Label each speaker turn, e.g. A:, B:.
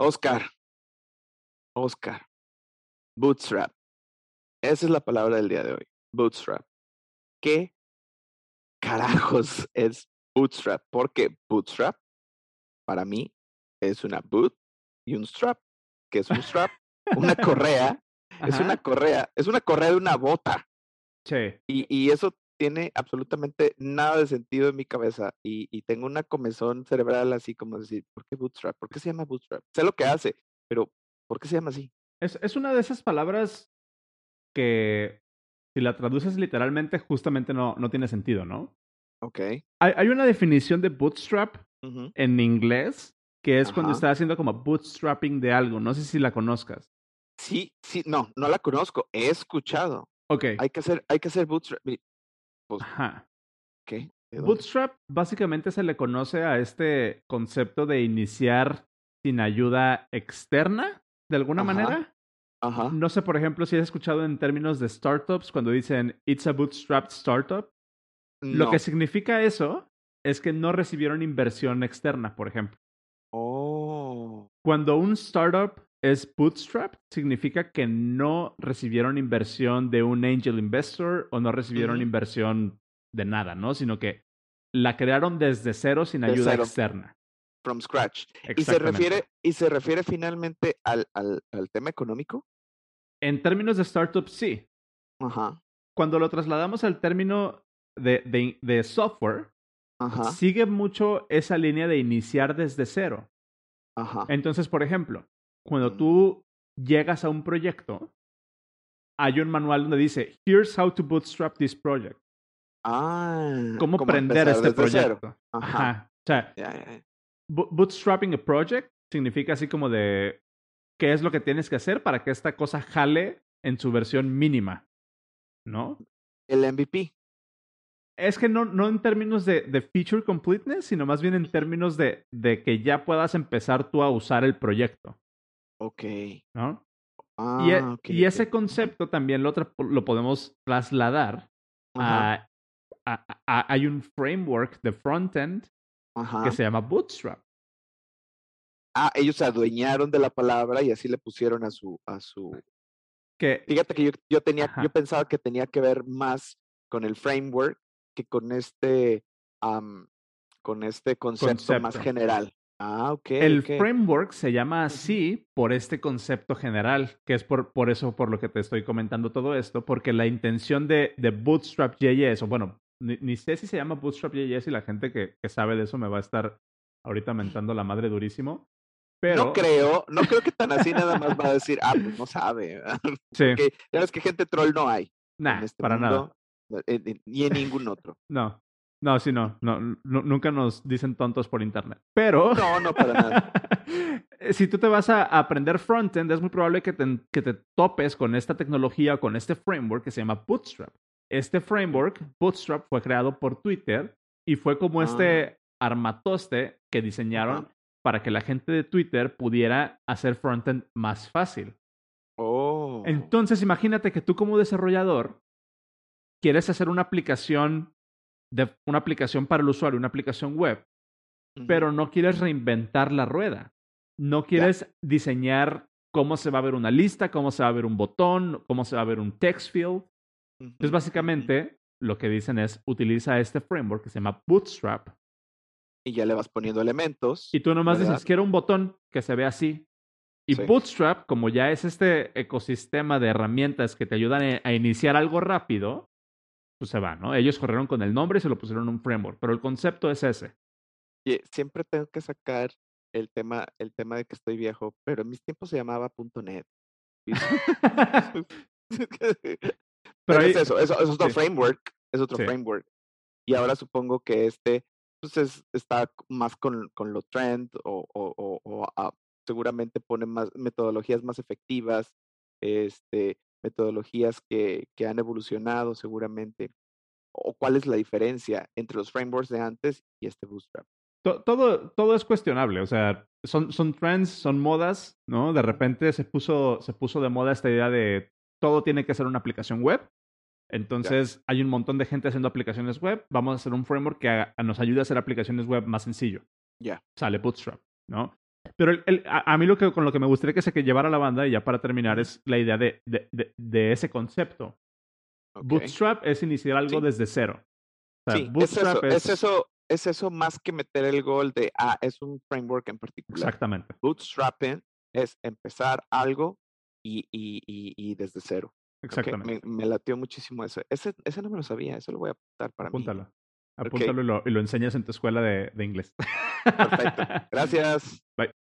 A: Oscar. Oscar. Bootstrap. Esa es la palabra del día de hoy. Bootstrap. ¿Qué carajos es bootstrap? Porque bootstrap, para mí, es una boot y un strap. que es un strap? Una correa. Es
B: Ajá.
A: una correa. Es una correa de una bota.
B: Sí.
A: Y, y eso tiene absolutamente nada de sentido en mi cabeza. Y, y tengo una comezón cerebral así como decir, ¿por qué bootstrap? ¿Por qué se llama bootstrap? Sé lo que hace, pero ¿por qué se llama así?
B: Es, es una de esas palabras que si la traduces literalmente, justamente no, no tiene sentido, ¿no?
A: Ok.
B: Hay, hay una definición de bootstrap
A: ujú.
B: en inglés que es cuando
A: Ajá.
B: estás haciendo como bootstrapping de algo. No sé si la conozcas.
A: Sí, sí, no, no la conozco. He escuchado.
B: Ok.
A: Hay que hacer, hay que hacer bootstrap. Mi-
B: Ajá.
A: ¿Qué? ¿De
B: Eh,
A: dónde?
B: Bootstrap básicamente se le conoce a este concepto de iniciar sin ayuda externa, de alguna
A: Ajá.
B: manera.
A: Ajá.
B: No sé, por ejemplo, si has escuchado en términos de startups cuando dicen it's a bootstrapped startup. Lo
A: no.
B: que significa eso es que no recibieron inversión externa, por ejemplo.
A: Oh.
B: Cuando un startup es bootstrap, significa que no recibieron inversión de un angel investor o no recibieron
A: Ujú.
B: inversión de nada, ¿no? Sino que la crearon desde cero sin
A: De
B: ayuda
A: cero.
B: externa.
A: From scratch. Y se
B: Exactamente.
A: refiere, y se refiere finalmente al, al, al tema económico.
B: En términos de startup, sí.
A: Ajá.
B: Cuando lo trasladamos al término de, de- de software,
A: Ajá.
B: sigue mucho esa línea de iniciar desde cero.
A: Ajá.
B: Entonces, por ejemplo, cuando
A: Mm.
B: tú llegas a un proyecto, hay un manual donde dice, here's how to bootstrap this project.
A: Ah.
B: ¿Cómo
A: como
B: prender
A: empezar
B: este
A: desde cero.
B: proyecto?
A: Ajá.
B: Ajá. O sea,
A: Ya, ya, ya.
B: bo- bootstrapping a project significa así como de qué es lo que tienes que hacer para que esta cosa jale en su versión mínima, ¿no?
A: El MVP.
B: Es que no, no en términos de, de feature completeness, sino más bien en términos de, de que ya puedas empezar tú a usar el proyecto,
A: Ok.
B: ¿no?
A: Ah,
B: y, e-
A: ok,
B: y
A: ok.
B: ese concepto también lo, tra- lo podemos trasladar
A: Ajá,
B: a, a- a- a- Hay un framework de frontend
A: ajá.
B: que se llama Bootstrap.
A: Ah, ellos se adueñaron de la palabra y así le pusieron a su, a su.
B: Que,
A: Fíjate que yo, yo tenía,
B: Ajá.
A: yo pensaba que tenía que ver más con el framework que con este, am, con este concepto, más
B: Concepto.
A: general. Ah, ok.
B: el
A: ok.
B: framework se llama
A: Ujú.
B: así por este concepto general, que es por, por eso por lo que te estoy comentando todo esto, porque la intención de, de Bootstrap JS, o bueno, ni, ni sé si se llama Bootstrap JS y la gente que, que sabe de eso me va a estar ahorita mentando la madre durísimo. Pero,
A: No creo, no creo que tan así nada más va a decir, ah, pues no sabe. ¿verdad?
B: sí,
A: Porque ya ves que gente troll no hay
B: nah,
A: en este
B: para nada.
A: mundo, no, en- en- ni en ningún otro.
B: No, no, sí, no, no, nu- nunca nos dicen tontos por internet. Pero eh,
A: No, no, para nada.
B: si tú te vas a a aprender frontend, es muy probable que te, en- que te topes con esta tecnología o con este framework que se llama Bootstrap. Este framework, Bootstrap, fue creado por Twitter y fue como
A: Ah.
B: este armatoste que diseñaron
A: Ajá.
B: para que la gente de Twitter pudiera hacer frontend más fácil.
A: Oh.
B: Entonces, imagínate que tú como desarrollador quieres hacer una aplicación de una aplicación para el usuario, una aplicación web,
A: ujú.
B: pero no quieres reinventar la rueda. No quieres diseñar cómo se va a ver una lista, cómo se va a ver un botón, cómo se va a ver un text
A: Ujú,
B: field.
A: ujú.
B: Entonces, básicamente, lo que dicen es utiliza este framework que se llama Bootstrap
A: Y ya le vas poniendo elementos.
B: y tú nomás
A: ¿Verdad?
B: dices quiero un botón que se vea así. Y
A: Sí.
B: Bootstrap, como ya es este ecosistema de herramientas que te ayudan e- a iniciar algo rápido, pues se va, ¿no? Ellos corrieron con el nombre y se lo pusieron un framework, pero el concepto es ese.
A: Oye, siempre tengo que sacar el tema, el tema de que estoy viejo, pero en mis tiempos se llamaba punto .net. y-
B: pero Mm.
A: Pero
B: ahí-
A: es eso, eso, eso es otro
B: sí.
A: framework, es otro
B: Sí.
A: framework. Y ahora supongo que este pues es- está c- más con, con lo trend o, o- o- o a- seguramente pone más metodologías más efectivas, este, metodologías que, que han evolucionado seguramente. ¿O cuál es la diferencia entre los frameworks de antes y este Bootstrap?
B: to- todo, todo es cuestionable, o sea, son, son trends, son modas, ¿no? De repente se puso, se puso de moda esta idea de todo tiene que ser una aplicación web. Entonces hay un montón de gente haciendo aplicaciones web. Vamos a hacer un framework que haga- nos ayude a hacer aplicaciones web más sencillo.
A: Ya.
B: Sale Bootstrap, ¿no? Pero el- el- a, a mí lo que, con lo que me gustaría que se que llevara la banda, y ya para terminar, es la idea de, de, de- de ese concepto.
A: Ok.
B: Bootstrap es iniciar
A: Sí.
B: algo desde cero. O sea,
A: Sí, es
B: bootstrap
A: eso, es... eso, es eso más que meter el gol de, ah, es un framework en particular.
B: Exactamente.
A: Bootstrapping es empezar algo y, y, y, y desde cero. ¿ok?
B: Exactamente.
A: Me, me latió muchísimo eso. Ese, ese no me lo sabía, eso lo voy a apuntar para mí.
B: Apúntalo. Apúntalo y, lo, y lo enseñas en tu escuela de, de inglés.
A: Perfecto. Gracias.